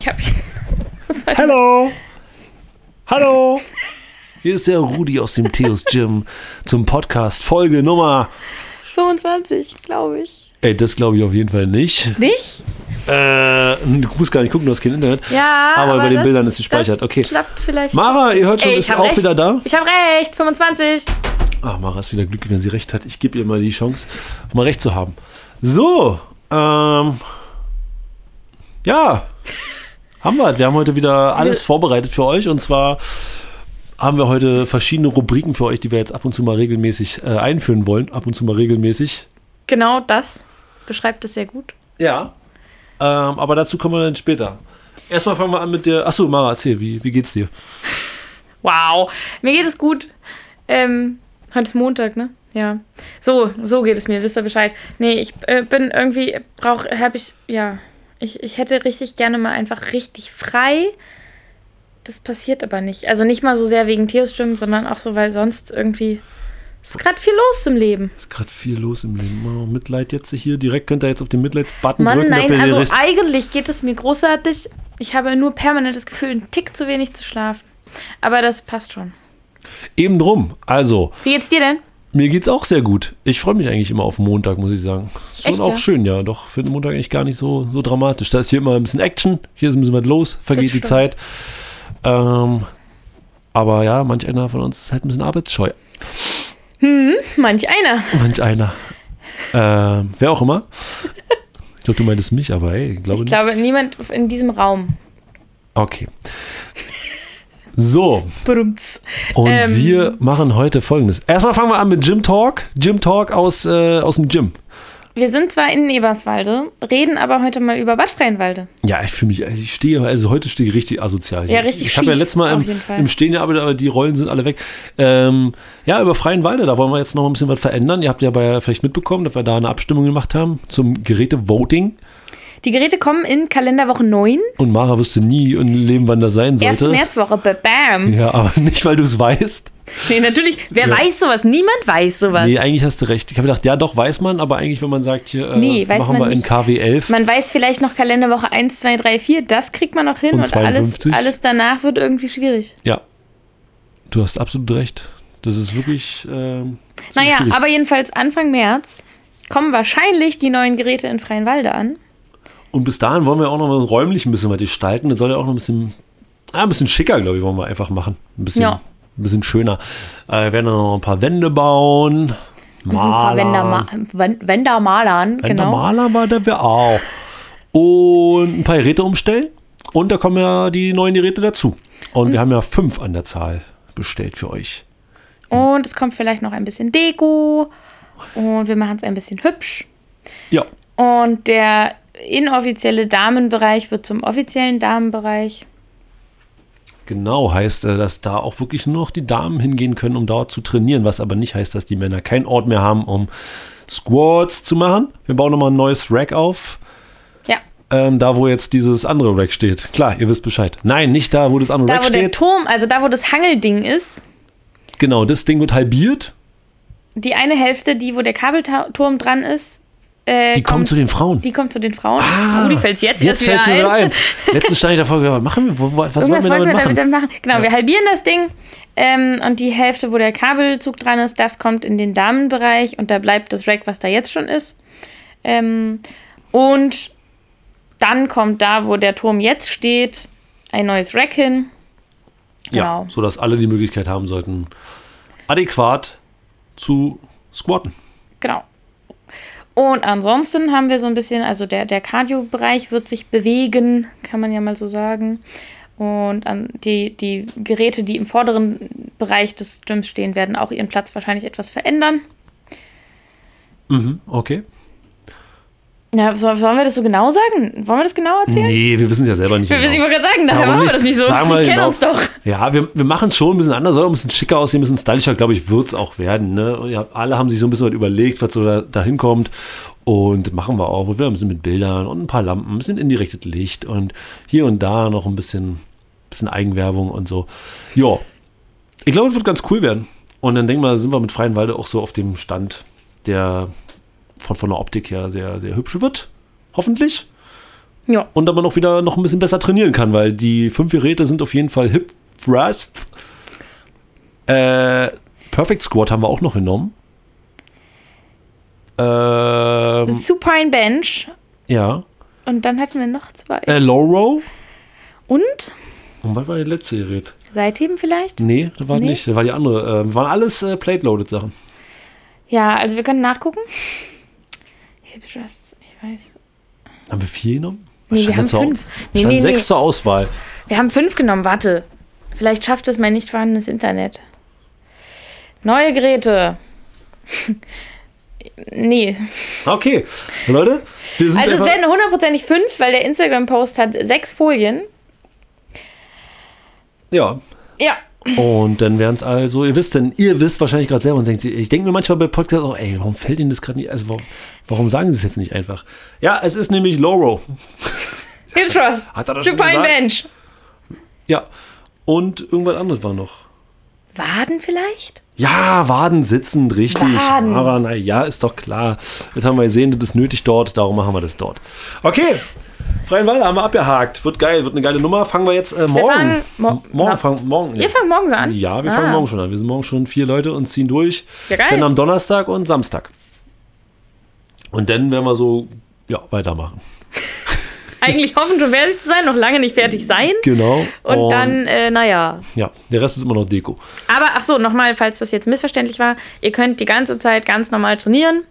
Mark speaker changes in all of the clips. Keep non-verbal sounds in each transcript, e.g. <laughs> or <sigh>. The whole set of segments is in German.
Speaker 1: Ich hab. <laughs> Was heißt
Speaker 2: Hallo! Hallo! Hier ist der Rudi aus dem Theos Gym zum Podcast Folge Nummer.
Speaker 1: 25, glaube ich.
Speaker 2: Ey, das glaube ich auf jeden Fall nicht.
Speaker 1: Nicht?
Speaker 2: Äh, du musst gar nicht gucken, du hast kein Internet.
Speaker 1: Ja.
Speaker 2: Aber bei den
Speaker 1: das-
Speaker 2: Bildern ist sie gespeichert,
Speaker 1: Das
Speaker 2: okay.
Speaker 1: Klappt vielleicht.
Speaker 2: Mara, ihr hört schon,
Speaker 1: Ey, ich
Speaker 2: ist
Speaker 1: hab
Speaker 2: auch
Speaker 1: recht.
Speaker 2: wieder da.
Speaker 1: Ich habe recht, 25.
Speaker 2: Ach, Ah, Mara ist wieder glücklich, wenn sie recht hat. Ich gebe ihr mal die Chance, mal recht zu haben. So, ähm. Ja. Haben wir. Wir haben heute wieder alles
Speaker 1: Wir-
Speaker 2: vorbereitet für euch. Und zwar haben wir heute verschiedene Rubriken für euch, die wir jetzt ab und zu mal regelmäßig äh, einführen wollen. Ab und zu mal regelmäßig.
Speaker 1: Genau das beschreibt es sehr gut.
Speaker 2: Ja. Ähm, aber dazu kommen wir dann später. Erstmal fangen wir an mit der. Achso, Mara, erzähl, wie, wie geht's dir?
Speaker 1: Wow. Mir geht es gut. Ähm, heute ist Montag, ne? Ja. So, so geht es mir, wisst ihr Bescheid. Nee, ich äh, bin irgendwie, brauche, habe ich, ja. Ich, ich hätte richtig gerne mal einfach richtig frei. Das passiert aber nicht. Also nicht mal so sehr wegen Theostimmen, sondern auch so, weil sonst irgendwie ist gerade viel los im Leben.
Speaker 2: Ist gerade viel los im Leben. Oh, Mitleid jetzt hier. Direkt könnt ihr jetzt auf den Mitleids-Button
Speaker 1: Mann,
Speaker 2: drücken.
Speaker 1: nein,
Speaker 2: damit ihr
Speaker 1: also
Speaker 2: wisst-
Speaker 1: eigentlich geht es mir großartig. Ich habe nur permanent das Gefühl, einen Tick zu wenig zu schlafen. Aber das passt schon.
Speaker 2: Eben drum. Also,
Speaker 1: Wie geht's dir denn?
Speaker 2: Mir geht's auch sehr gut. Ich freue mich eigentlich immer auf Montag, muss ich sagen. Ist schon
Speaker 1: Echt,
Speaker 2: auch
Speaker 1: ja?
Speaker 2: schön, ja. Doch, finde Montag eigentlich gar nicht so, so dramatisch. Da ist hier immer ein bisschen Action, hier ist ein bisschen was los, vergeht die
Speaker 1: stimmt.
Speaker 2: Zeit. Ähm, aber ja, manch einer von uns ist halt ein bisschen arbeitsscheu.
Speaker 1: Manch einer.
Speaker 2: Manch einer. Ähm, wer auch immer. Ich glaube, du meintest mich, aber hey, ich glaube
Speaker 1: Ich
Speaker 2: nicht.
Speaker 1: glaube, niemand in diesem Raum.
Speaker 2: Okay. So,
Speaker 1: Brumms.
Speaker 2: und
Speaker 1: Ähm.
Speaker 2: wir machen heute folgendes. Erstmal fangen wir an mit Gym Talk. Gym Talk aus, äh, aus dem Gym.
Speaker 1: Wir sind zwar in Eberswalde, reden aber heute mal über Bad Freienwalde.
Speaker 2: Ja, ich fühle mich, also ich stehe, also heute stehe ich richtig asozial. hier.
Speaker 1: Ja, richtig
Speaker 2: Ich habe ja
Speaker 1: schief,
Speaker 2: letztes Mal
Speaker 1: auf
Speaker 2: im,
Speaker 1: jeden Fall.
Speaker 2: im Stehen gearbeitet, aber die Rollen sind alle weg. Ähm, ja, über Freien Walde, da wollen wir jetzt noch ein bisschen was verändern. Ihr habt ja bei, vielleicht mitbekommen, dass wir da eine Abstimmung gemacht haben zum Gerätevoting.
Speaker 1: Die Geräte kommen in Kalenderwoche 9,
Speaker 2: Und Mara wüsste nie im Leben, wann das sein sollte.
Speaker 1: erste Märzwoche. Ba- Bam.
Speaker 2: Ja, aber <laughs> nicht, weil du es weißt.
Speaker 1: Nee, natürlich, wer
Speaker 2: Ja.
Speaker 1: weiß sowas? Niemand weiß sowas.
Speaker 2: Nee, eigentlich hast du recht. Ich habe gedacht, ja, doch, weiß man, aber eigentlich, wenn man sagt, hier äh,
Speaker 1: Nee, weiß
Speaker 2: machen
Speaker 1: man
Speaker 2: wir in
Speaker 1: nicht.
Speaker 2: KW11.
Speaker 1: Man weiß vielleicht noch Kalenderwoche 1, 2, 3, 4, das kriegt man noch hin
Speaker 2: Und
Speaker 1: und, alles,
Speaker 2: 52.
Speaker 1: alles danach wird irgendwie schwierig.
Speaker 2: Ja, du hast absolut recht. Das ist wirklich. Ähm,
Speaker 1: Naja,
Speaker 2: schwierig.
Speaker 1: aber jedenfalls Anfang März kommen wahrscheinlich die neuen Geräte in Freienwalde an.
Speaker 2: Und bis dahin wollen wir auch noch mal räumlich ein bisschen was gestalten. Das soll ja auch noch ein bisschen, ah, ein bisschen schicker, glaube ich, wollen wir einfach machen. Ein bisschen,
Speaker 1: Ja.
Speaker 2: ein bisschen schöner. Äh, wir werden dann noch ein paar Wände bauen.
Speaker 1: Ein paar
Speaker 2: Malern.
Speaker 1: Wenderma- Wen- Wendermalern,
Speaker 2: Wände
Speaker 1: genau.
Speaker 2: Maler war der wir auch. Und ein paar Geräte umstellen. Und da kommen ja die neuen Geräte dazu. Und,
Speaker 1: Mhm.
Speaker 2: wir haben ja fünf an der Zahl bestellt für euch.
Speaker 1: Und es kommt vielleicht noch ein bisschen Deko. Und wir machen es ein bisschen hübsch.
Speaker 2: Ja,
Speaker 1: Und der inoffizielle Damenbereich wird zum offiziellen Damenbereich.
Speaker 2: genau. Heißt, äh, dass da auch wirklich nur noch die Damen hingehen können, um dort zu trainieren. Was aber nicht heißt, dass die Männer keinen Ort mehr haben, um Squats zu machen. Wir bauen nochmal ein neues Rack auf.
Speaker 1: Ja,
Speaker 2: Ähm, da, wo jetzt dieses andere Rack steht. Klar, ihr wisst Bescheid. Nein, nicht da, wo das andere
Speaker 1: da
Speaker 2: Rack
Speaker 1: wo der
Speaker 2: steht.
Speaker 1: Turm, also da wo das Hangelding ist,
Speaker 2: Genau, das Ding wird halbiert.
Speaker 1: die eine Hälfte, die wo der Kabelturm dran ist, äh,
Speaker 2: Die kommen zu den Frauen.
Speaker 1: die kommt zu den Frauen. Ah, oh, die fällt's jetzt,
Speaker 2: Jetzt
Speaker 1: erst wieder
Speaker 2: fällt mir wieder
Speaker 1: ein.
Speaker 2: ein. Letztens stand ich davor, und gedacht, was machen wir, Wo- wo- was wollen
Speaker 1: Irgendwas
Speaker 2: wir damit
Speaker 1: wollten wir
Speaker 2: machen?
Speaker 1: damit dann machen. Genau, wir halbieren das Ding ähm, und die Hälfte, wo der Kabelzug dran ist, das kommt in den Damenbereich und da bleibt das Rack, was da jetzt schon ist. Ähm, und dann kommt da, wo der Turm jetzt steht, ein neues Rack hin.
Speaker 2: ja,
Speaker 1: Genau.
Speaker 2: so dass alle die Möglichkeit haben sollten, adäquat zu squatten.
Speaker 1: Genau. Und ansonsten haben wir so ein bisschen, also der, der Cardio-Bereich wird sich bewegen, kann man ja mal so sagen. Und an die, die Geräte, die im vorderen Bereich des Gyms stehen, werden auch ihren Platz wahrscheinlich etwas verändern.
Speaker 2: Mhm, okay.
Speaker 1: Ja, so- sollen wir das so genau sagen? Wollen wir das genau erzählen?
Speaker 2: Nee, wir wissen es ja selber nicht.
Speaker 1: Wir
Speaker 2: genau.
Speaker 1: wissen, ich wollte gerade sagen, daher
Speaker 2: Warum
Speaker 1: machen wir
Speaker 2: nicht?
Speaker 1: das nicht so.
Speaker 2: Sagen wir
Speaker 1: ich kenne
Speaker 2: genau.
Speaker 1: uns doch.
Speaker 2: Ja, wir, wir machen es schon ein bisschen anders, soll auch ein bisschen schicker aussehen, ein bisschen stylischer, glaube ich, wird es auch werden. Ne? Und ja, alle haben sich so ein bisschen was überlegt, was so da, da hinkommt. Und machen wir auch. Und wir haben ein bisschen mit Bildern und ein paar Lampen, ein bisschen indirektes Licht und hier und da noch ein bisschen, bisschen Eigenwerbung und so. Ja, ich glaube, es wird ganz cool werden. Und dann denken wir, sind wir mit Freienwalde auch so auf dem Stand, der von, von der Optik her sehr, sehr hübsch wird. Hoffentlich.
Speaker 1: Ja.
Speaker 2: und dann man auch wieder noch ein bisschen besser trainieren kann, weil die fünf Geräte sind auf jeden Fall Hip Thrust. Äh, Perfect Squat haben wir auch noch genommen. Ähm,
Speaker 1: Supine Bench.
Speaker 2: ja.
Speaker 1: Und dann hatten wir noch zwei.
Speaker 2: Äh, Low Row.
Speaker 1: Und?
Speaker 2: Und was war das letzte Gerät?
Speaker 1: Seitheben vielleicht?
Speaker 2: Nee, das war
Speaker 1: Nee.
Speaker 2: nicht. Das war die andere. Ähm, waren alles äh, Plate-Loaded-Sachen.
Speaker 1: Ja, also wir können nachgucken. Hip Thrust, ich weiß.
Speaker 2: Haben wir vier genommen?
Speaker 1: Nee, wir
Speaker 2: Stand
Speaker 1: haben
Speaker 2: zur-
Speaker 1: fünf. Nee,
Speaker 2: Stand
Speaker 1: nee,
Speaker 2: sechs
Speaker 1: nee.
Speaker 2: zur Auswahl.
Speaker 1: Wir haben fünf genommen, warte. Vielleicht schafft es mein nicht vorhandenes Internet. Neue Geräte. <laughs> nee.
Speaker 2: Okay, Leute. Wir sind
Speaker 1: Also es
Speaker 2: einfach-
Speaker 1: werden hundertprozentig fünf, weil der Instagram-Post hat sechs Folien.
Speaker 2: ja,
Speaker 1: Ja.
Speaker 2: Und dann wären es also, ihr wisst denn, ihr wisst wahrscheinlich gerade selber und denkt, sich, ich denke mir manchmal bei Podcasts, oh ey, warum fällt Ihnen das gerade nicht, also warum, warum sagen Sie es jetzt nicht einfach? Ja, es ist nämlich Loro.
Speaker 1: Hip Thrust.
Speaker 2: Hat er das schon
Speaker 1: Supine
Speaker 2: gesagt?
Speaker 1: Bench.
Speaker 2: Ja. Und irgendwas anderes war noch.
Speaker 1: Waden vielleicht?
Speaker 2: Ja, Waden sitzend, richtig.
Speaker 1: Waden.
Speaker 2: Aber na ja, ist doch klar. Das haben wir gesehen, das ist nötig dort, darum machen wir das dort. Okay, freien Wald haben wir abgehakt. Wird geil, wird eine geile Nummer. Fangen wir jetzt äh, morgen.
Speaker 1: fangen mo-
Speaker 2: morgen,
Speaker 1: na-
Speaker 2: fangen, morgen.
Speaker 1: Ihr fangt morgen so an?
Speaker 2: Ja, wir
Speaker 1: Ah.
Speaker 2: fangen morgen schon an. Wir sind morgen schon vier Leute und ziehen durch.
Speaker 1: Ja, geil.
Speaker 2: Dann am Donnerstag und Samstag. Und dann werden wir so, ja, weitermachen.
Speaker 1: Eigentlich hoffen schon fertig zu sein, noch lange nicht fertig sein.
Speaker 2: Genau.
Speaker 1: <laughs> Und, dann, äh, naja.
Speaker 2: Ja, der Rest ist immer noch Deko.
Speaker 1: Aber ach so, nochmal, falls das jetzt missverständlich war, ihr könnt die ganze Zeit ganz normal trainieren.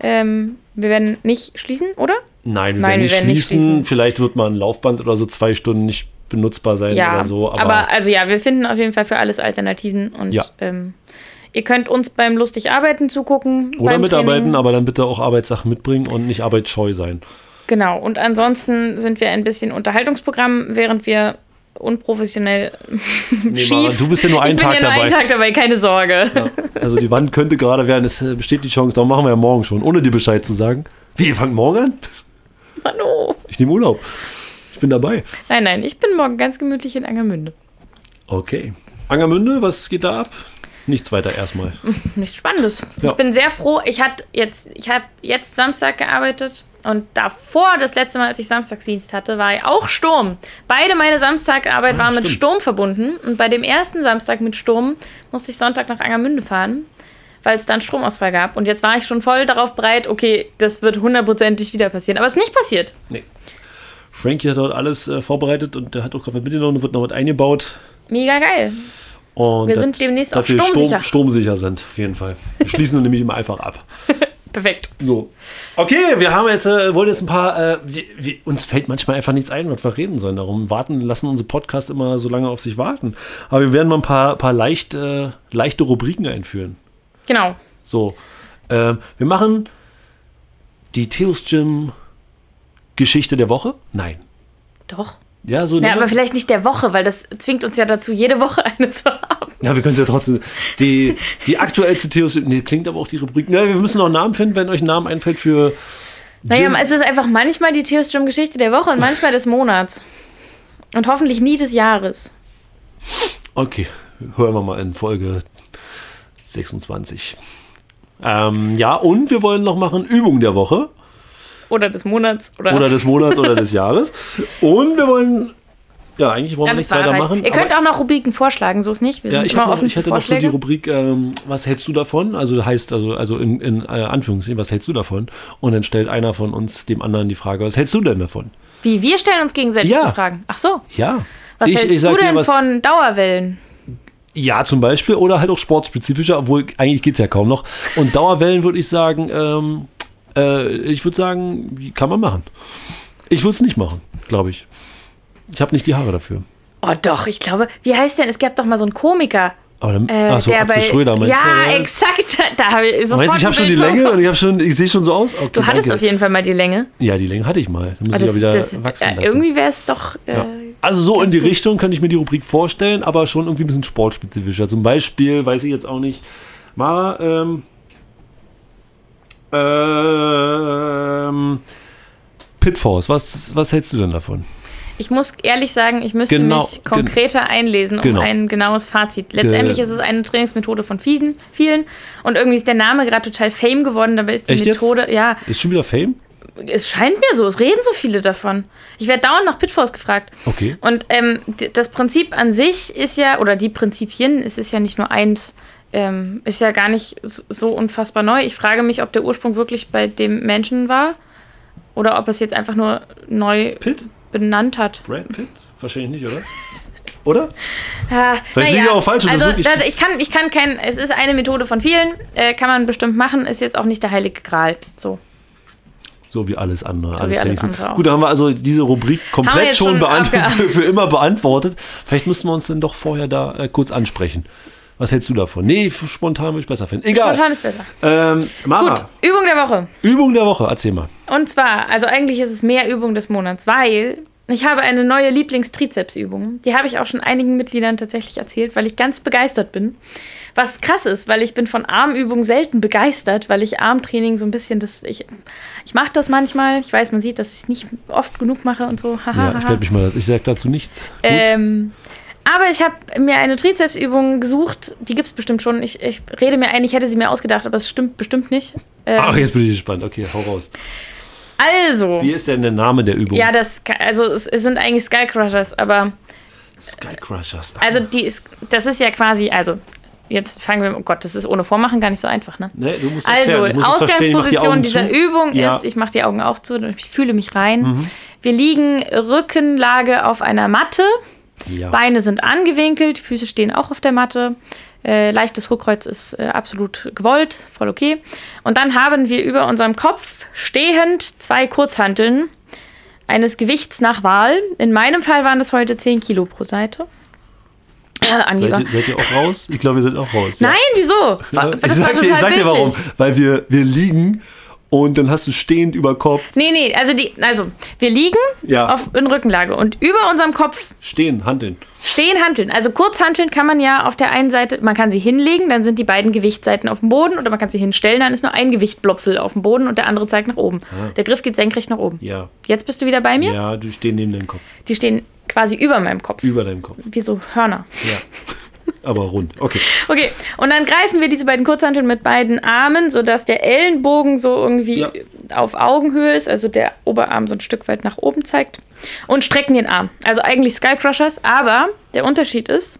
Speaker 1: Ähm, wir werden nicht schließen, oder?
Speaker 2: Nein,
Speaker 1: Nein,
Speaker 2: wir werden
Speaker 1: wir
Speaker 2: nicht
Speaker 1: werden nicht
Speaker 2: schließen.
Speaker 1: schließen.
Speaker 2: Vielleicht wird mal ein Laufband oder so zwei Stunden nicht benutzbar sein
Speaker 1: Ja,
Speaker 2: oder so.
Speaker 1: aber, also ja, wir finden auf jeden Fall für alles Alternativen und
Speaker 2: Ja.
Speaker 1: ähm, ihr könnt uns beim lustig arbeiten zugucken
Speaker 2: Oder
Speaker 1: beim
Speaker 2: mitarbeiten,
Speaker 1: Training.
Speaker 2: aber dann bitte auch Arbeitssachen mitbringen und nicht arbeitsscheu sein.
Speaker 1: Genau. Und ansonsten sind wir ein bisschen Unterhaltungsprogramm, während wir unprofessionell <laughs> schief.
Speaker 2: Mara, du bist ja nur einen
Speaker 1: ich bin
Speaker 2: Tag
Speaker 1: ja nur einen
Speaker 2: dabei.
Speaker 1: Tag dabei, keine Sorge. <laughs>
Speaker 2: Also die Wand könnte gerade werden, es äh, besteht die Chance, darum machen wir ja morgen schon, ohne dir Bescheid zu sagen. Wie, ihr fangt morgen an?
Speaker 1: Mann, oh.
Speaker 2: Ich nehme Urlaub. Ich bin dabei.
Speaker 1: Nein, nein, ich bin morgen ganz gemütlich in Angermünde.
Speaker 2: Okay. Angermünde, was geht da ab? Nichts weiter erstmal.
Speaker 1: Nichts Spannendes.
Speaker 2: Ja.
Speaker 1: Ich bin sehr froh. Ich hatte jetzt, ich habe jetzt Samstag gearbeitet und davor, das letzte Mal, als ich Samstagsdienst hatte, war ja auch Sturm. Beide meine Samstagarbeit waren mit
Speaker 2: Ah, stimmt.
Speaker 1: Sturm verbunden und bei dem ersten Samstag mit Sturm musste ich Sonntag nach Angermünde fahren, weil es da einen Stromausfall gab. Und jetzt war ich schon voll darauf bereit, okay, das wird hundertprozentig wieder passieren. Aber es ist nicht passiert.
Speaker 2: Nee. Frankie hat dort alles äh, vorbereitet und der hat auch gerade was mitgenommen und wird noch was eingebaut.
Speaker 1: Mega geil.
Speaker 2: Und
Speaker 1: Wir
Speaker 2: das-
Speaker 1: sind demnächst auch
Speaker 2: dass wir
Speaker 1: sturmsicher.
Speaker 2: Sturm, sturmsicher sind, auf jeden Fall. Wir schließen <laughs> nämlich immer einfach ab.
Speaker 1: Perfekt.
Speaker 2: So. Okay, wir haben jetzt, äh, wollen jetzt ein paar, äh, wir, wir, uns fällt manchmal einfach nichts ein, was wir reden sollen. Darum warten, lassen unsere Podcasts immer so lange auf sich warten. Aber wir werden mal ein paar, paar leicht, äh, leichte Rubriken einführen.
Speaker 1: Genau.
Speaker 2: So. Ähm, wir machen die Theos Gym Geschichte der Woche? Nein.
Speaker 1: Doch.
Speaker 2: Ja, so.
Speaker 1: Ja,
Speaker 2: nennen
Speaker 1: aber
Speaker 2: wir-
Speaker 1: vielleicht nicht der Woche, weil das zwingt uns ja dazu, jede Woche <laughs> eine zu haben.
Speaker 2: ja wir können es ja trotzdem. Die, die aktuellste Theos Gym. Nee, klingt aber auch die Rubrik. Ja, wir müssen noch einen Namen finden, wenn euch ein Name einfällt für.
Speaker 1: Naja,
Speaker 2: Gym-
Speaker 1: es ist einfach manchmal die Tears Gym Geschichte der Woche und manchmal des Monats. Und hoffentlich nie des Jahres.
Speaker 2: Okay, hören wir mal in Folge 26. Ähm, ja, und wir wollen noch machen Übung der Woche
Speaker 1: Oder des Monats. Oder,
Speaker 2: oder des Monats oder des Jahres. Und wir wollen, ja, eigentlich wollen
Speaker 1: ja,
Speaker 2: wir
Speaker 1: das
Speaker 2: nichts
Speaker 1: war
Speaker 2: weiter
Speaker 1: erreicht.
Speaker 2: machen.
Speaker 1: Ihr könnt
Speaker 2: aber-
Speaker 1: auch noch Rubriken vorschlagen, so ist nicht. Wir
Speaker 2: ja,
Speaker 1: sind
Speaker 2: ich,
Speaker 1: immer
Speaker 2: hab noch,
Speaker 1: offen
Speaker 2: ich
Speaker 1: für
Speaker 2: hätte noch so die
Speaker 1: Vorschläge.
Speaker 2: Rubrik, ähm, was hältst du davon? Also heißt, also, also in, in äh, Anführungszeichen, was hältst du davon? Und dann stellt einer von uns dem anderen die Frage, was hältst du denn davon?
Speaker 1: Wie wir stellen uns gegenseitig
Speaker 2: Ja.
Speaker 1: die Fragen. Ach so.
Speaker 2: Ja.
Speaker 1: Was
Speaker 2: ich,
Speaker 1: hältst
Speaker 2: ich sag
Speaker 1: du
Speaker 2: dir
Speaker 1: denn
Speaker 2: was,
Speaker 1: von Dauerwellen?
Speaker 2: Ja, zum Beispiel. Oder halt auch sportspezifischer, obwohl eigentlich geht es ja kaum noch. Und Dauerwellen würde ich sagen, ähm, äh, ich würde sagen, kann man machen. Ich würde es nicht machen, glaube ich. Ich habe nicht die Haare dafür.
Speaker 1: Oh doch, ich glaube, wie heißt denn? Es gab doch mal so einen Komiker.
Speaker 2: Aber dann,
Speaker 1: Äh,
Speaker 2: ach so,
Speaker 1: der
Speaker 2: Atze
Speaker 1: bei,
Speaker 2: Schröder meinst
Speaker 1: Ja,
Speaker 2: du? Äh,
Speaker 1: exakt. <laughs> Da habe ich sofort
Speaker 2: Meinst du, ich
Speaker 1: ein
Speaker 2: habe schon die
Speaker 1: Bild
Speaker 2: Länge
Speaker 1: drauf.
Speaker 2: und ich habe schon, ich sehe schon so aus. Okay,
Speaker 1: Du hattest
Speaker 2: danke.
Speaker 1: auf jeden Fall mal die Länge.
Speaker 2: Ja, die Länge hatte ich mal. Da muss
Speaker 1: Aber
Speaker 2: ich ja
Speaker 1: das,
Speaker 2: wieder
Speaker 1: das,
Speaker 2: wachsen lassen.
Speaker 1: äh, irgendwie wäre es doch. Äh,
Speaker 2: Ja. Also so in die Richtung könnte ich mir die Rubrik vorstellen, aber schon irgendwie ein bisschen sportspezifischer. Zum Beispiel, weiß ich jetzt auch nicht, Mara, ähm, ähm, Pitfalls, was, was hältst du denn davon?
Speaker 1: Ich muss ehrlich sagen, ich müsste
Speaker 2: Genau,
Speaker 1: mich konkreter einlesen, um
Speaker 2: genau.
Speaker 1: ein genaues Fazit. Letztendlich
Speaker 2: Ge-
Speaker 1: ist es eine Trainingsmethode von vielen, vielen und irgendwie ist der Name gerade total Fame geworden, dabei ist die
Speaker 2: Echt jetzt?
Speaker 1: Methode, ja,
Speaker 2: Ist schon wieder Fame?
Speaker 1: es scheint mir so, es reden so viele davon. Ich werde dauernd nach Pitfalls gefragt.
Speaker 2: Okay.
Speaker 1: Und ähm, d- das Prinzip an sich ist ja, oder die Prinzipien, es ist ja nicht nur eins, ähm, ist ja gar nicht s- so unfassbar neu. Ich frage mich, ob der Ursprung wirklich bei dem Menschen war oder ob es jetzt einfach nur neu
Speaker 2: Pitt?
Speaker 1: benannt hat.
Speaker 2: Brad Pitt? Wahrscheinlich nicht, oder? Oder?
Speaker 1: Ah,
Speaker 2: Vielleicht
Speaker 1: na
Speaker 2: liege ich
Speaker 1: ja,
Speaker 2: auch falsch und das
Speaker 1: Also,
Speaker 2: wirklich-
Speaker 1: da, ich kann, ich kann kein, es ist eine Methode von vielen, äh, kann man bestimmt machen, ist jetzt auch nicht der heilige Gral. So.
Speaker 2: So wie alles andere.
Speaker 1: So
Speaker 2: alle
Speaker 1: wie alles
Speaker 2: Trainingsmittel.
Speaker 1: andere auch.
Speaker 2: Gut, da haben wir also diese Rubrik
Speaker 1: Haben wir
Speaker 2: komplett
Speaker 1: jetzt
Speaker 2: schon
Speaker 1: schon
Speaker 2: beantwortet,
Speaker 1: abgehakt.
Speaker 2: <laughs> für immer beantwortet. Vielleicht müssen wir uns dann doch vorher da äh, kurz ansprechen. Was hältst du davon? Nee, f- spontan würde ich besser finden.
Speaker 1: Spontan
Speaker 2: Egal.
Speaker 1: ist besser.
Speaker 2: Ähm, Mama,
Speaker 1: Gut, Übung der Woche.
Speaker 2: Übung der Woche, erzähl mal.
Speaker 1: Und zwar, also eigentlich ist es mehr Übung des Monats, weil ich habe eine neue Lieblingstrizepsübung. Die habe ich auch schon einigen Mitgliedern tatsächlich erzählt, weil ich ganz begeistert bin. Was krass ist, weil ich bin von Armübungen selten begeistert, weil ich Armtraining so ein bisschen das ich ich mache das manchmal. Ich weiß, man sieht, dass ich es nicht oft genug mache und so. Haha,
Speaker 2: Ja, ich werde mich mal, ich sag dazu nichts. Gut.
Speaker 1: ähm, aber ich habe mir eine Trizepsübung gesucht. Die gibt es bestimmt schon. Ich, ich rede mir ein, ich hätte sie mir ausgedacht, aber es stimmt bestimmt nicht. Ähm,
Speaker 2: Ach, jetzt bin ich gespannt. Okay, hau raus.
Speaker 1: also,
Speaker 2: Wie ist denn der Name der Übung?
Speaker 1: ja, das, ka- also es, es sind eigentlich Skullcrushers, aber
Speaker 2: Skycrushers.
Speaker 1: also die ist, das ist ja quasi, also jetzt fangen wir, oh Gott, das ist ohne Vormachen gar nicht so einfach, ne?
Speaker 2: nee, du musst
Speaker 1: Also,
Speaker 2: erklären. Du musst es verstehen. Ich mach die
Speaker 1: Ausgangsposition
Speaker 2: Augen
Speaker 1: dieser
Speaker 2: zu.
Speaker 1: Übung
Speaker 2: Ja. Mhm.
Speaker 1: ist, ich mache die Augen auch zu und ich fühle mich rein. Wir liegen Rückenlage auf einer Matte.
Speaker 2: Ja.
Speaker 1: Beine sind angewinkelt, Füße stehen auch auf der Matte. Äh, leichtes Hochkreuz ist äh, absolut gewollt, voll okay. Und dann haben wir über unserem Kopf stehend zwei Kurzhanteln eines Gewichts nach Wahl. In meinem Fall waren das heute 10 Kilo pro Seite. Äh, Angeber.
Speaker 2: Seid ihr, seid ihr auch raus? Ich glaube, wir sind auch raus. ja.
Speaker 1: Nein, wieso? War-
Speaker 2: Ne? ich
Speaker 1: Ah, war
Speaker 2: sag dir, ich
Speaker 1: total
Speaker 2: sag dir warum.
Speaker 1: witzig.
Speaker 2: Weil wir, wir liegen und dann hast du stehend über Kopf.
Speaker 1: Nee, nee, also, die, also wir liegen
Speaker 2: Ja.
Speaker 1: auf, in Rückenlage und über unserem Kopf
Speaker 2: Stehen, handeln.
Speaker 1: Stehen hanteln. Also Kurzhanteln kann man ja auf der einen Seite, man kann sie hinlegen, dann sind die beiden Gewichtsseiten auf dem Boden oder man kann sie hinstellen, dann ist nur ein Gewichtblopsel auf dem Boden und der andere zeigt nach oben. Der Griff geht senkrecht nach oben.
Speaker 2: Ah. Ja.
Speaker 1: Jetzt bist du wieder bei mir.
Speaker 2: Ja, du stehst neben deinem Kopf.
Speaker 1: Die stehen quasi über meinem Kopf.
Speaker 2: Über deinem Kopf.
Speaker 1: Wie so Hörner.
Speaker 2: Ja. Aber rund. Okay.
Speaker 1: Okay, und dann greifen wir diese beiden Kurzhanteln mit beiden Armen, sodass der Ellenbogen so irgendwie
Speaker 2: Ja.
Speaker 1: auf Augenhöhe ist, also der Oberarm so ein Stück weit nach oben zeigt und strecken den Arm. Also eigentlich Skycrushers, aber der Unterschied ist,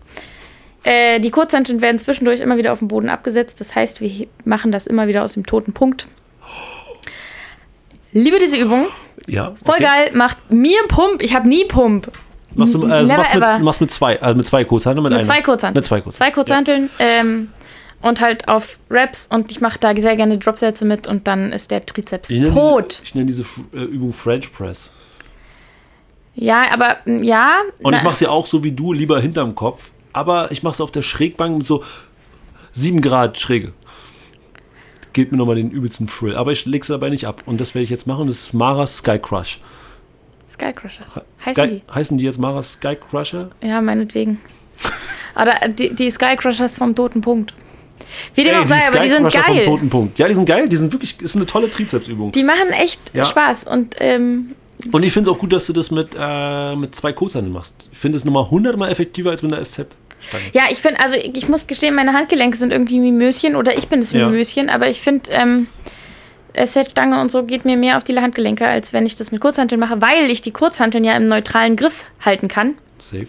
Speaker 1: äh, die Kurzhanteln werden zwischendurch immer wieder auf den Boden abgesetzt. Das heißt, wir he- machen das immer wieder aus dem toten Punkt. Liebe diese Übung.
Speaker 2: Ja.
Speaker 1: Voll
Speaker 2: okay.
Speaker 1: geil. Macht mir Pump. Ich habe nie Pump.
Speaker 2: Machst du also
Speaker 1: Never
Speaker 2: machst
Speaker 1: ever.
Speaker 2: mit, machst mit zwei, also mit zwei Kurzhandeln mit,
Speaker 1: Mit
Speaker 2: einer.
Speaker 1: zwei Kurzhanteln.
Speaker 2: Mit zwei Kurzhandeln.
Speaker 1: Zwei Kurzhanteln ähm, und halt auf Raps und ich mache da sehr gerne Dropsätze mit und dann ist der Trizeps
Speaker 2: Ich nenne
Speaker 1: tot.
Speaker 2: Diese, ich nenne diese F- äh, Übung French Press.
Speaker 1: Ja, aber mm, ja.
Speaker 2: Und
Speaker 1: na,
Speaker 2: ich mache sie auch so wie du, lieber hinterm Kopf. Aber ich mache es auf der Schrägbank mit so 7 Grad Schräge. Geht mir nochmal den übelsten Thrill. Aber ich leg's dabei nicht ab. Und das werde ich jetzt machen. Das ist Maras Sky Crush.
Speaker 1: Skycrushers. Heißen
Speaker 2: Sky, heißen die jetzt Maras Sky Crusher?
Speaker 1: die? Ja,
Speaker 2: <laughs>
Speaker 1: meinetwegen. Aber äh, die, die Skycrushers vom toten Punkt. Wie dem
Speaker 2: Ey,
Speaker 1: auch sei, aber die sind
Speaker 2: Skycrusher Vom
Speaker 1: geil.
Speaker 2: toten Punkt. Ja, die sind geil. Die sind wirklich, ist eine tolle Trizepsübung.
Speaker 1: Die machen echt
Speaker 2: Ja.
Speaker 1: Spaß und ähm,
Speaker 2: Und ich finde es auch gut, dass du das mit, äh, mit zwei Kurzhandeln machst. Ich finde es nochmal hundertmal effektiver als mit einer SZ. -Stange.
Speaker 1: Ja, ich finde, also ich ich muss gestehen, meine Handgelenke sind irgendwie Mimöschen oder ich bin es
Speaker 2: Ja.
Speaker 1: Mimöschen, aber ich finde, ähm, Set-Stange und so geht mir mehr auf die Handgelenke, als wenn ich das mit Kurzhanteln mache, weil ich die Kurzhanteln ja im neutralen Griff halten kann
Speaker 2: Safe.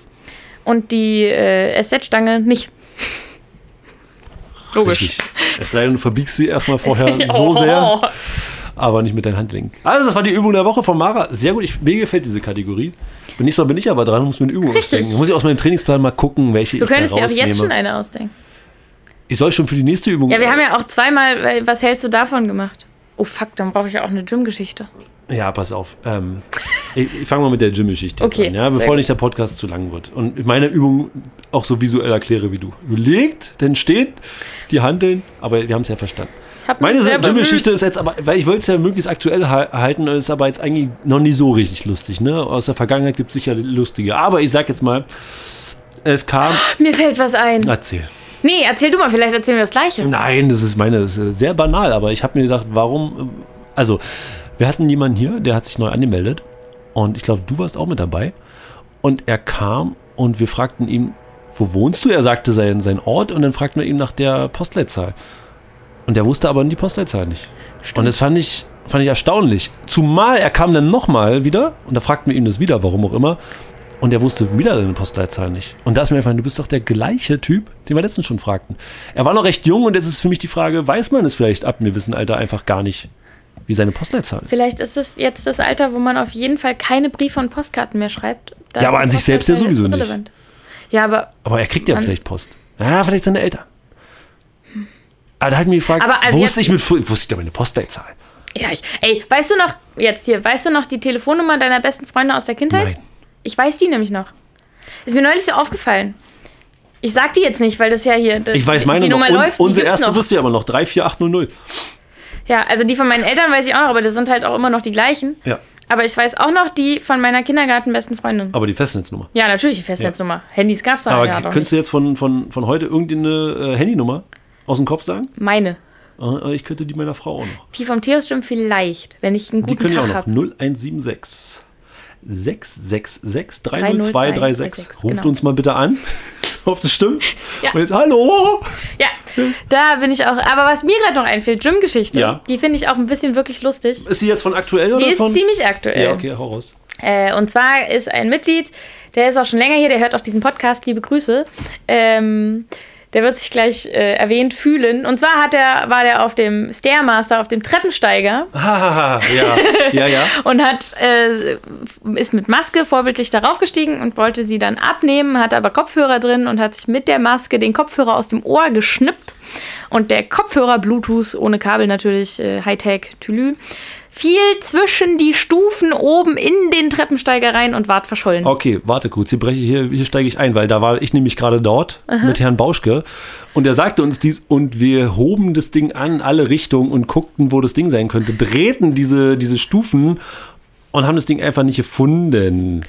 Speaker 1: und die äh, Set-Stange nicht. Logisch.
Speaker 2: <laughs> Richtig. Es sei denn, du verbiegst
Speaker 1: <laughs>
Speaker 2: sie erstmal vorher so
Speaker 1: Oh.
Speaker 2: sehr. aber nicht mit deinen Handlingen. Also, das war die Übung der Woche von Mara. Sehr gut, ich, mir gefällt diese Kategorie. Beim nächsten Mal bin ich aber dran und muss mir eine Übung
Speaker 1: Richtig.
Speaker 2: ausdenken. Muss ich aus meinem Trainingsplan mal gucken, welche
Speaker 1: Du
Speaker 2: ich da
Speaker 1: könntest dir auch jetzt schon
Speaker 2: rausnehme.
Speaker 1: eine ausdenken.
Speaker 2: Ich soll schon für die nächste Übung.
Speaker 1: Ja, wir haben ja auch zweimal, äh, was hältst du davon gemacht? Oh fuck, dann brauche ich ja auch eine Gym-Geschichte.
Speaker 2: Ja, pass auf. Ähm, ich ich fange mal mit der Gym-Geschichte jetzt
Speaker 1: Okay,
Speaker 2: an, ja,
Speaker 1: sehr
Speaker 2: bevor
Speaker 1: gut.
Speaker 2: nicht der Podcast zu lang wird. Und ich meine Übung auch so visuell erkläre wie du. Du legt, dann steht, die Handeln, aber wir haben es ja verstanden.
Speaker 1: Ich hab mich
Speaker 2: Meine
Speaker 1: sehr
Speaker 2: Gym-Geschichte ist jetzt aber, weil ich wollte es ja möglichst aktuell ha- halten, ist aber jetzt eigentlich noch nicht so richtig lustig. Ne? Aus der Vergangenheit gibt es sicher lustige. Aber ich sag jetzt mal, es <gasps> kam.
Speaker 1: bemüht. Mir fällt was ein.
Speaker 2: Erzähl.
Speaker 1: Nee, erzähl du mal, vielleicht erzählen wir das Gleiche.
Speaker 2: Nein, das ist meine, das ist sehr banal, aber ich habe mir gedacht, warum. äh, Also, wir hatten jemanden hier, der hat sich neu angemeldet und ich glaube, du warst auch mit dabei. Und er kam und wir fragten ihn, wo wohnst du? Er sagte seinen, seinen Ort und dann fragten wir ihm nach der Postleitzahl. Und er wusste aber die Postleitzahl nicht. Und das fand ich, Fand ich erstaunlich. Zumal er kam dann nochmal wieder und da fragten wir ihm das wieder, warum auch immer. Und er wusste wieder seine Postleitzahl nicht. Und da ist mir einfach, du bist doch der gleiche Typ, den wir letztens schon fragten. Er war noch recht jung und jetzt ist für mich die Frage, weiß man es vielleicht ab mir wissen Alter einfach gar nicht, wie seine Postleitzahl ist.
Speaker 1: Vielleicht ist es jetzt das Alter, wo man auf jeden Fall keine Briefe und Postkarten mehr schreibt. Da ist
Speaker 2: Ja, aber
Speaker 1: die
Speaker 2: an sich selbst ja
Speaker 1: Postleitzahl
Speaker 2: sowieso nicht.
Speaker 1: irrelevant. Ja, aber,
Speaker 2: Aber er kriegt ja
Speaker 1: Man-
Speaker 2: vielleicht Post. Ja, vielleicht seine Eltern. Aber da hat mich gefragt,
Speaker 1: Aber also
Speaker 2: wusste
Speaker 1: jetzt-
Speaker 2: ich mit Fu- wusste ich da meine Postleitzahl?
Speaker 1: ja, ich, ey, weißt du noch, jetzt hier, weißt du noch die Telefonnummer deiner besten Freunde aus der Kindheit?
Speaker 2: Nein.
Speaker 1: Ich weiß die nämlich noch. Ist mir neulich so aufgefallen. Ich sag die jetzt nicht, weil das ja hier.
Speaker 2: Ich weiß meine
Speaker 1: die
Speaker 2: noch.
Speaker 1: Nummer
Speaker 2: Un-
Speaker 1: läuft. die
Speaker 2: unsere
Speaker 1: gibt's
Speaker 2: erste
Speaker 1: noch.
Speaker 2: wusste ich aber noch. 34800.
Speaker 1: Ja, also die von meinen Eltern weiß ich auch noch, aber das sind halt auch immer noch die gleichen.
Speaker 2: Ja.
Speaker 1: Aber ich weiß auch noch die von meiner Kindergartenbesten Freundin.
Speaker 2: Aber die Festnetznummer.
Speaker 1: Ja, natürlich, die Festnetznummer. Handys gab's da
Speaker 2: Aber
Speaker 1: Ah, ja doch
Speaker 2: könntest du jetzt von, von, von heute irgendeine äh, Handynummer aus dem Kopf sagen?
Speaker 1: nicht. Meine.
Speaker 2: Äh, ich könnte die meiner Frau auch noch.
Speaker 1: Die vom Tierstim vielleicht, wenn ich einen
Speaker 2: Die
Speaker 1: guten
Speaker 2: können ich auch
Speaker 1: Tag
Speaker 2: noch.
Speaker 1: habe.
Speaker 2: 0176 666 30236. Ruft
Speaker 1: genau.
Speaker 2: uns mal bitte an. <laughs> Ob das stimmt?
Speaker 1: Ja.
Speaker 2: Und jetzt, hallo!
Speaker 1: Ja, da bin ich auch. Aber was mir gerade noch einfällt, Gym-Geschichte,
Speaker 2: Ja.
Speaker 1: die finde ich auch ein bisschen wirklich lustig.
Speaker 2: Ist sie jetzt von aktuell oder
Speaker 1: Die ist
Speaker 2: von?
Speaker 1: ziemlich aktuell.
Speaker 2: ja, okay, hau raus. <laughs>
Speaker 1: Äh, und zwar ist ein Mitglied, der ist auch schon länger hier, der hört auch diesen Podcast, liebe Grüße. Ähm, der wird sich gleich äh, erwähnt fühlen. Und zwar hat er, war der auf dem Stairmaster, auf dem Treppensteiger
Speaker 2: Ah, ja, ja, ja.
Speaker 1: <laughs> und hat, äh, ist mit Maske vorbildlich darauf gestiegen und wollte sie dann abnehmen, hat aber Kopfhörer drin und hat sich mit der Maske den Kopfhörer aus dem Ohr geschnippt. Und der Kopfhörer Bluetooth, ohne Kabel natürlich, äh, Hightech, Tülü, fiel zwischen die Stufen oben in den Treppensteiger rein und ward verschollen.
Speaker 2: Okay, warte kurz, hier breche ich hier, hier steige ich ein, weil da war ich nämlich gerade dort mit Herrn Bauschke und er sagte uns dies und wir hoben das Ding an in alle Richtungen und guckten, wo das Ding sein könnte, drehten diese, diese Stufen und haben das Ding einfach nicht gefunden.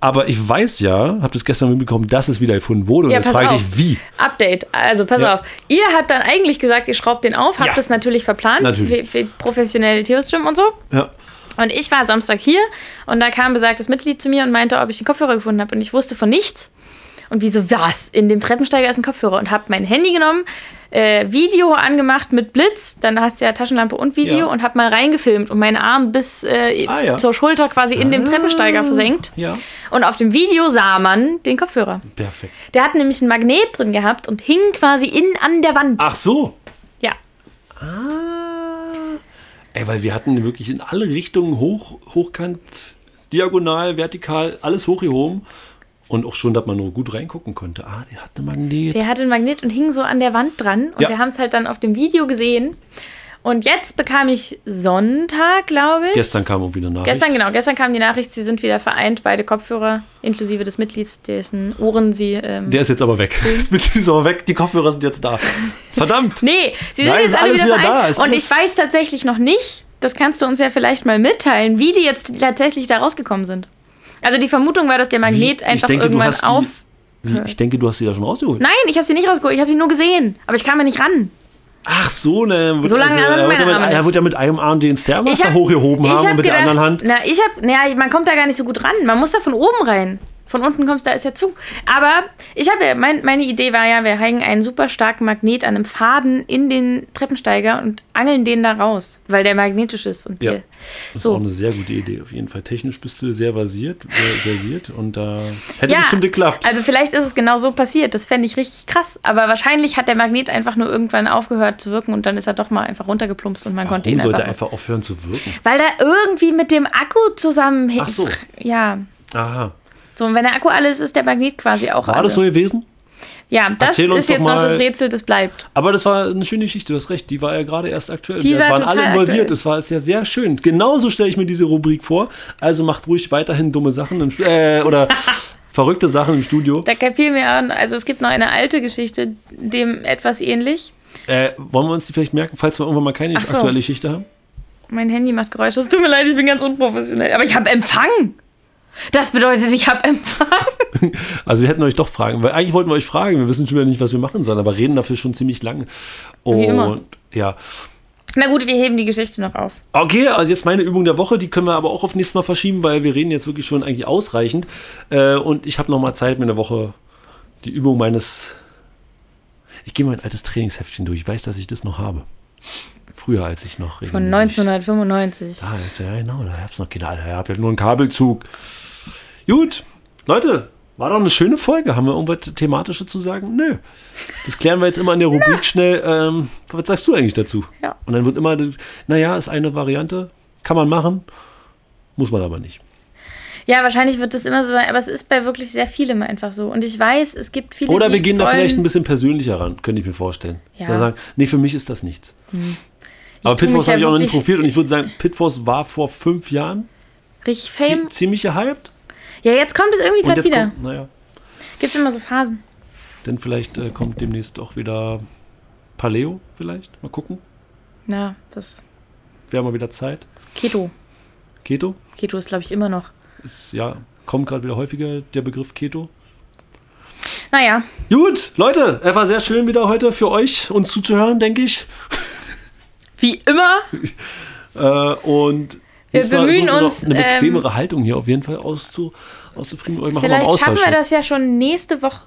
Speaker 2: Aber ich weiß ja, habe das gestern mitbekommen, dass es wieder gefunden wurde und
Speaker 1: Ja,
Speaker 2: jetzt
Speaker 1: pass
Speaker 2: frage ich
Speaker 1: auf.
Speaker 2: dich, wie?
Speaker 1: Update. Also pass
Speaker 2: Ja.
Speaker 1: auf. Ihr habt dann eigentlich gesagt, ihr schraubt den auf, habt
Speaker 2: Ja.
Speaker 1: das natürlich verplant,
Speaker 2: Natürlich.
Speaker 1: Wie, wie professionell Theos Gym und so.
Speaker 2: Ja.
Speaker 1: Und ich war Samstag hier und da kam besagtes Mitglied zu mir und meinte, ob ich den Kopfhörer gefunden habe. Und ich wusste von nichts. Und wieso was? In dem Treppensteiger ist ein Kopfhörer. Und hab mein Handy genommen, äh, Video angemacht mit Blitz. Dann hast du ja Taschenlampe und Video
Speaker 2: Ja.
Speaker 1: und hab mal reingefilmt und meinen Arm bis äh,
Speaker 2: Ah, ja.
Speaker 1: zur Schulter quasi in dem
Speaker 2: Ah.
Speaker 1: Treppensteiger versenkt.
Speaker 2: Ja.
Speaker 1: Und auf dem Video sah man den Kopfhörer.
Speaker 2: Perfekt.
Speaker 1: Der hat nämlich ein Magnet drin gehabt und hing quasi innen an der Wand.
Speaker 2: Ach so.
Speaker 1: Ja.
Speaker 2: Ah. Ey, weil wir hatten wirklich in alle Richtungen hoch, hochkant, diagonal, vertikal, alles hochgehoben. Und auch schon, dass man nur gut reingucken konnte. Ah, der hat eine Magnet.
Speaker 1: Der hatte ein Magnet und hing so an der Wand dran. Und
Speaker 2: Ja.
Speaker 1: wir haben es halt dann auf dem Video gesehen. Und jetzt bekam ich Sonntag, glaube ich.
Speaker 2: Gestern kam auch wieder nach.
Speaker 1: Gestern, genau. Gestern kam die Nachricht, sie sind wieder vereint, beide Kopfhörer, inklusive des Mitglieds, dessen Ohren sie. Ähm,
Speaker 2: Der ist jetzt aber weg. Das Mitglied <laughs> ist aber weg. Die Kopfhörer sind jetzt da. Verdammt.
Speaker 1: nee, sie sind
Speaker 2: Nein,
Speaker 1: jetzt
Speaker 2: ist
Speaker 1: alle
Speaker 2: alles
Speaker 1: wieder,
Speaker 2: wieder da,
Speaker 1: vereint.
Speaker 2: ist
Speaker 1: und ich
Speaker 2: alles-
Speaker 1: weiß tatsächlich noch nicht, das kannst du uns ja vielleicht mal mitteilen, wie die jetzt tatsächlich da rausgekommen sind. Also die Vermutung war, dass der Magnet
Speaker 2: Wie? Ich
Speaker 1: einfach
Speaker 2: denke, du
Speaker 1: irgendwann
Speaker 2: hast die-
Speaker 1: auf.
Speaker 2: Wie, Ich denke, du hast sie da schon rausgeholt.
Speaker 1: Nein, ich habe sie nicht rausgeholt, ich habe sie nur gesehen. Aber ich kam ja nicht ran.
Speaker 2: Ach so, ne. wird
Speaker 1: So lange haben
Speaker 2: er, wird ja
Speaker 1: meine
Speaker 2: mit,
Speaker 1: Arme
Speaker 2: er
Speaker 1: nicht.
Speaker 2: wird ja mit einem Arm den
Speaker 1: Ich
Speaker 2: Stairmaster hochgehoben
Speaker 1: ich
Speaker 2: haben und mit der anderen Hand.
Speaker 1: Na, ich hab, naja, man kommt da gar nicht so gut ran. Man muss da von oben rein. Von unten kommst da ist ja zu. Aber ich habe ja, mein, meine Idee war ja, wir hängen einen super starken Magnet an einem Faden in den Treppensteiger und angeln den da raus, weil der magnetisch ist. Und
Speaker 2: Ja.
Speaker 1: wir-
Speaker 2: Das ist
Speaker 1: So.
Speaker 2: auch eine sehr gute Idee. Auf jeden Fall technisch bist du sehr versiert, sehr versiert und da hätte
Speaker 1: Ja,
Speaker 2: bestimmt geklappt.
Speaker 1: also vielleicht ist es genau so passiert. Das fände ich richtig krass. Aber wahrscheinlich hat der Magnet einfach nur irgendwann aufgehört zu wirken und dann ist er doch mal einfach runtergeplumpst und man konnte
Speaker 2: Warum
Speaker 1: ihn
Speaker 2: sollte
Speaker 1: einfach,
Speaker 2: einfach aufhören zu wirken?
Speaker 1: Weil da irgendwie mit dem Akku zusammenhängt.
Speaker 2: Ach so.
Speaker 1: Ja.
Speaker 2: Aha.
Speaker 1: So, und wenn der Akku alle ist, ist der Magnet quasi auch
Speaker 2: War
Speaker 1: alle.
Speaker 2: das so gewesen?
Speaker 1: Ja, das
Speaker 2: Erzähl uns
Speaker 1: ist jetzt
Speaker 2: doch
Speaker 1: noch
Speaker 2: mal-
Speaker 1: das Rätsel, das bleibt.
Speaker 2: Aber das war eine schöne Geschichte, du hast recht. Die war ja gerade erst aktuell.
Speaker 1: Die
Speaker 2: Wir
Speaker 1: war
Speaker 2: waren alle
Speaker 1: total
Speaker 2: involviert.
Speaker 1: aktuell.
Speaker 2: Es war es ja sehr schön. Genauso stelle ich mir diese Rubrik vor. Also macht ruhig weiterhin dumme Sachen im Stu- äh,
Speaker 1: <laughs>
Speaker 2: oder verrückte Sachen im Studio.
Speaker 1: Da fiel mir an, also es gibt noch eine alte Geschichte, dem etwas ähnlich.
Speaker 2: Äh, wollen wir uns die vielleicht merken, falls wir irgendwann mal keine
Speaker 1: Ach so.
Speaker 2: aktuelle Geschichte haben?
Speaker 1: Mein Handy macht Geräusche. Es tut mir leid, ich bin ganz unprofessionell. Aber ich habe Empfang. Das bedeutet, ich habe Empfang. <laughs>
Speaker 2: Also wir hätten euch doch fragen, weil eigentlich wollten wir euch fragen, wir wissen schon wieder nicht, was wir machen sollen, aber reden dafür schon ziemlich lange. Und
Speaker 1: Wie immer.
Speaker 2: ja.
Speaker 1: Na gut, wir heben die Geschichte noch auf.
Speaker 2: Okay, also jetzt meine Übung der Woche, die können wir aber auch auf nächstes Mal verschieben, weil wir reden jetzt wirklich schon eigentlich ausreichend. Äh, und ich habe nochmal Zeit, mir eine Woche die Übung meines. Ich gehe mein altes Trainingsheftchen durch. Ich weiß, dass ich das noch habe. früher, als ich noch.
Speaker 1: Von
Speaker 2: regelmäßig-
Speaker 1: 1995.
Speaker 2: Ah, jetzt, ja, genau, da gab es noch keine. Da gab ja nur einen Kabelzug. Gut, Leute, war doch eine schöne Folge. Haben wir irgendwas Thematisches zu sagen? Nö. Das klären wir jetzt immer in der Rubrik schnell. Ähm, was sagst du eigentlich dazu?
Speaker 1: Ja.
Speaker 2: Und dann wird immer, naja, ist eine Variante, kann man machen, muss man aber nicht.
Speaker 1: Ja, wahrscheinlich wird das immer so sein, aber es ist bei wirklich sehr vielem einfach so. Und ich weiß, es gibt viele.
Speaker 2: Oder
Speaker 1: die
Speaker 2: wir gehen da
Speaker 1: wollen-
Speaker 2: vielleicht ein bisschen persönlicher ran, könnte ich mir vorstellen.
Speaker 1: Ja. Hm.
Speaker 2: Oder sagen, nee, für mich ist das nichts. Aber
Speaker 1: Ich tu mich
Speaker 2: Pitforce
Speaker 1: ja
Speaker 2: habe ich auch noch nicht
Speaker 1: wirklich-
Speaker 2: probiert und ich würde sagen, Pitforce war vor fünf Jahren
Speaker 1: Richtig fame.
Speaker 2: zie ziemlich gehypt.
Speaker 1: Ja, jetzt kommt es irgendwie
Speaker 2: Und
Speaker 1: gerade
Speaker 2: jetzt
Speaker 1: wieder.
Speaker 2: kommt, naja,
Speaker 1: Gibt immer so Phasen.
Speaker 2: Denn vielleicht äh, kommt demnächst auch wieder Paleo, vielleicht. Mal gucken.
Speaker 1: Na, das
Speaker 2: Wir haben mal wieder Zeit.
Speaker 1: Keto.
Speaker 2: Keto
Speaker 1: Keto ist, glaube ich, immer noch.
Speaker 2: ist ja, kommt gerade wieder häufiger der Begriff Keto.
Speaker 1: Naja,
Speaker 2: Gut, Leute, es war sehr schön wieder heute für euch uns zuzuhören, denke ich.
Speaker 1: wie immer.
Speaker 2: Äh, und
Speaker 1: Wir
Speaker 2: nächstes Mal
Speaker 1: bemühen
Speaker 2: suchen wir
Speaker 1: uns,
Speaker 2: noch eine
Speaker 1: ähm,
Speaker 2: bequemere Haltung hier auf jeden Fall auszu, auszufrieden. Euch machen wir
Speaker 1: Vielleicht
Speaker 2: mal
Speaker 1: schaffen wir
Speaker 2: Austausch.
Speaker 1: das ja schon nächste Woche.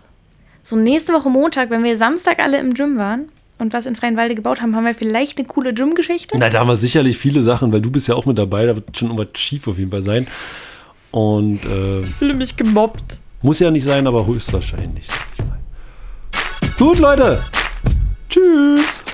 Speaker 1: So nächste Woche Montag, wenn wir Samstag alle im Gym waren und was in Freienwalde gebaut haben, haben wir vielleicht eine coole Gym-Geschichte.
Speaker 2: Na, da haben wir sicherlich viele Sachen, weil du bist ja auch mit dabei. Da wird schon irgendwas schief auf jeden Fall sein. Und äh,
Speaker 1: Ich fühle mich gemobbt.
Speaker 2: Muss ja nicht sein, aber höchstwahrscheinlich. sag ich mal. Gut, Leute. Tschüss.